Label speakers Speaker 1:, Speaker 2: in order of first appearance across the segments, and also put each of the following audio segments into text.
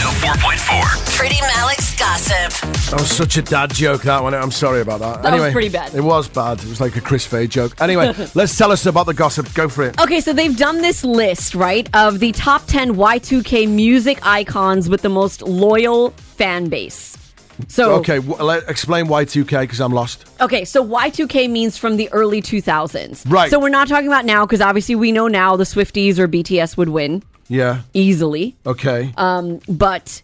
Speaker 1: 104.4.
Speaker 2: Pretty Malik's gossip.
Speaker 3: That was such a dad joke, that one. I'm sorry about that.
Speaker 4: That was
Speaker 3: anyway,
Speaker 4: pretty bad.
Speaker 3: It was bad. It was like a Chris Fay joke. Anyway, let's tell us about the gossip. Go for it.
Speaker 4: Okay, so they've done this list, right, of the top 10 Y2K music icons with the most loyal fan base. So,
Speaker 3: Okay, w- let, explain Y2K because I'm lost.
Speaker 4: Okay, so Y2K means from the early 2000s.
Speaker 3: Right.
Speaker 4: So we're not talking about now because obviously we know now the Swifties or BTS would win
Speaker 3: Yeah.
Speaker 4: easily, um,
Speaker 3: Okay.
Speaker 4: Uh, but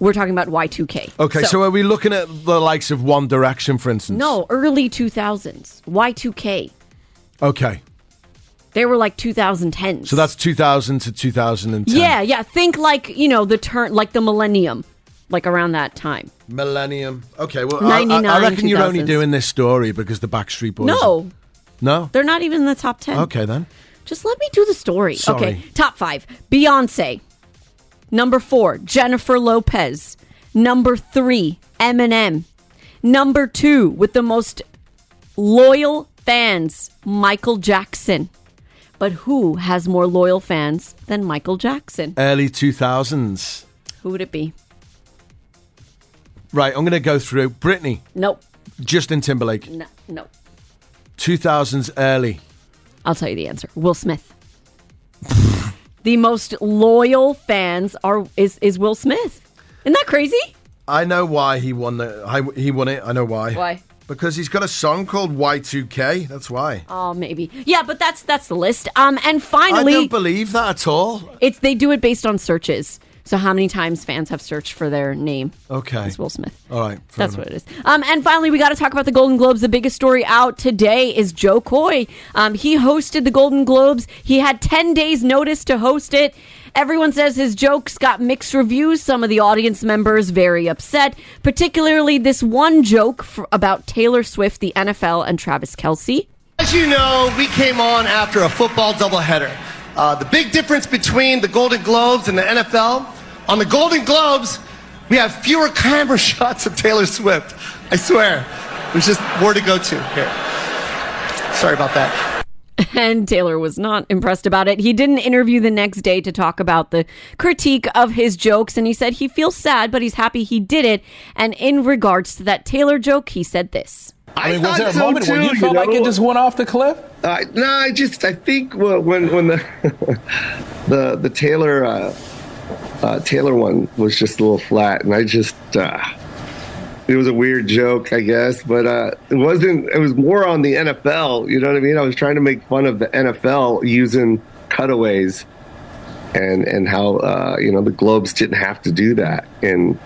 Speaker 4: we're talking about Y2K.
Speaker 3: okay, so, are we looking at the likes of One Direction, for instance?
Speaker 4: no, early 2000s. Y2K.
Speaker 3: Okay,
Speaker 4: They were like 2010s.
Speaker 3: so that's 2000 to 2010.
Speaker 4: Yeah, yeah. Think like, you know, the turn, like the millennium, like around that time.
Speaker 3: Millennium. Okay, well, I- I, I
Speaker 4: 99,
Speaker 3: reckon you're only
Speaker 4: 2000s.
Speaker 3: doing this story because the Backstreet Boys.
Speaker 4: No,
Speaker 3: No?
Speaker 4: they're not even in the top 10.
Speaker 3: Okay, then.
Speaker 4: Just let me do the story.
Speaker 3: Sorry.
Speaker 4: Okay. Top five Beyonce. Number four, Jennifer Lopez. Number three, Eminem. Number two, with the most loyal fans, Michael Jackson. But who has more loyal fans than Michael Jackson?
Speaker 3: Early 2000s.
Speaker 4: Who would it be?
Speaker 3: Right, I'm going to go through. Britney,
Speaker 4: Nope.
Speaker 3: Justin Timberlake,
Speaker 4: No, no.
Speaker 3: 2000s early.
Speaker 4: I'll tell you the answer. Will Smith. the most loyal fans are is is Will Smith. Isn't that crazy?
Speaker 3: I know why he won the. I, he won it. I know why.
Speaker 4: Why?
Speaker 3: Because he's got a song called Y2K. That's why.
Speaker 4: Oh, maybe. Yeah, but that's that's the list. Um, and
Speaker 3: I
Speaker 4: finally,
Speaker 3: don't believe that at all.
Speaker 4: it's they do it based on searches. So how many times fans have searched for their name?
Speaker 3: Okay.
Speaker 4: It's Will Smith.
Speaker 3: All right. fair
Speaker 4: That's
Speaker 3: enough.
Speaker 4: what it is. Um, and finally, we got to talk about the Golden Globes. The biggest story out today is Joe Coy. Um, he hosted the Golden Globes. He had 10 days' notice to host it. Everyone says his jokes got mixed reviews. Some of the audience members very upset, particularly this one joke for, about Taylor Swift, the NFL, and Travis Kelsey.
Speaker 5: As you know, we came on after a football doubleheader. Uh, the big difference between the Golden Globes and the NFL on the Golden Globes, we have fewer camera shots of Taylor Swift. I swear. There's just more to go to here. Sorry about that.
Speaker 4: And Taylor was not impressed about it. He did an interview the next day to talk about the critique of his jokes. And he said he feels sad, but he's happy he did it. And in regards to that Taylor joke, he said this.
Speaker 6: I mean,
Speaker 5: thought
Speaker 6: was there a
Speaker 5: so
Speaker 6: moment when
Speaker 5: too,
Speaker 6: you
Speaker 5: you
Speaker 6: felt like
Speaker 5: know?
Speaker 6: it just went off the cliff?
Speaker 5: Uh, no, I just I think wh- when when the the the Taylor uh, uh, Taylor one was just a little flat, and I just uh, it was a weird joke, I guess, but uh, it wasn't. It was more on the NFL. You know what I mean? I was trying to make fun of the NFL using cutaways, and and how uh, you know the Globes didn't have to do that, and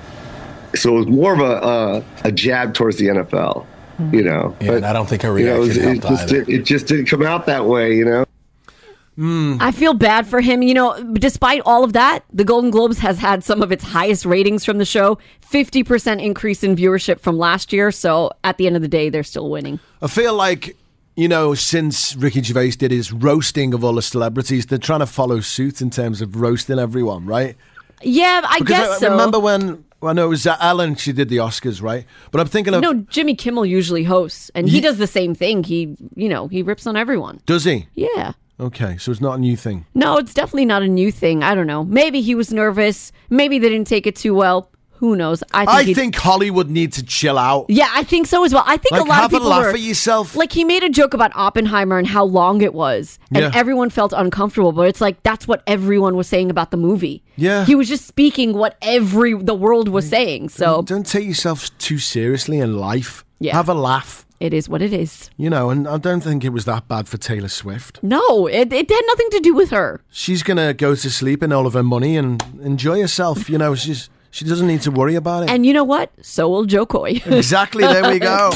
Speaker 5: so it was more of a uh, a jab towards the NFL. You know,
Speaker 6: Yeah, and I don't think her
Speaker 5: you know, it, was-
Speaker 6: reaction
Speaker 5: it
Speaker 6: helped
Speaker 5: just
Speaker 6: either.
Speaker 5: did, it just didn't come out that way, you know.
Speaker 3: Mm-hmm.
Speaker 4: I feel bad for him. You know, despite all of that, the Golden Globes has had some of its highest ratings from the show 50% increase in viewership from last year. So at the end of the day, they're still winning.
Speaker 3: I feel like, you know, since Ricky Gervais did his roasting of all the celebrities, they're trying to follow suit in terms of roasting everyone, right?
Speaker 4: Yeah, I
Speaker 3: Because
Speaker 4: guess
Speaker 3: I, I
Speaker 4: so.
Speaker 3: remember when. Well, no, it was uh, Ellen. She did the Oscars, right? But I'm thinking of
Speaker 4: no, Jimmy Kimmel usually hosts, and he
Speaker 3: Ye-
Speaker 4: does the same thing. He, you know, he rips on everyone.
Speaker 3: does he?
Speaker 4: Yeah.
Speaker 3: Okay, so it's not a new thing.
Speaker 4: No, it's definitely not a new thing. I don't know. Maybe he was nervous. Maybe they didn't take it too well. Who knows? I think.
Speaker 3: I
Speaker 4: he-
Speaker 3: think Hollywood needs to chill out.
Speaker 4: Yeah, I think so as well. I think
Speaker 3: Like,
Speaker 4: a lot
Speaker 3: have
Speaker 4: of
Speaker 3: a
Speaker 4: people
Speaker 3: laugh
Speaker 4: were-
Speaker 3: at yourself.
Speaker 4: Like he made a joke about Oppenheimer and how long it was, and
Speaker 3: Yeah.
Speaker 4: everyone felt uncomfortable. But it's like that's what everyone was saying about the movie.
Speaker 3: Yeah.
Speaker 4: he was just speaking what every the world was saying. So
Speaker 3: Don't take yourself too seriously in life.
Speaker 4: Yeah.
Speaker 3: Have a laugh,
Speaker 4: it is what it is.
Speaker 3: you know. And I don't think it was that bad for Taylor Swift.
Speaker 4: No, it, it had nothing to do with her.
Speaker 3: She's gonna go to sleep in all of her money and enjoy herself. You know, she's she doesn't need to worry about it.
Speaker 4: And you know what? So will Joe Coy.
Speaker 3: exactly. There we go.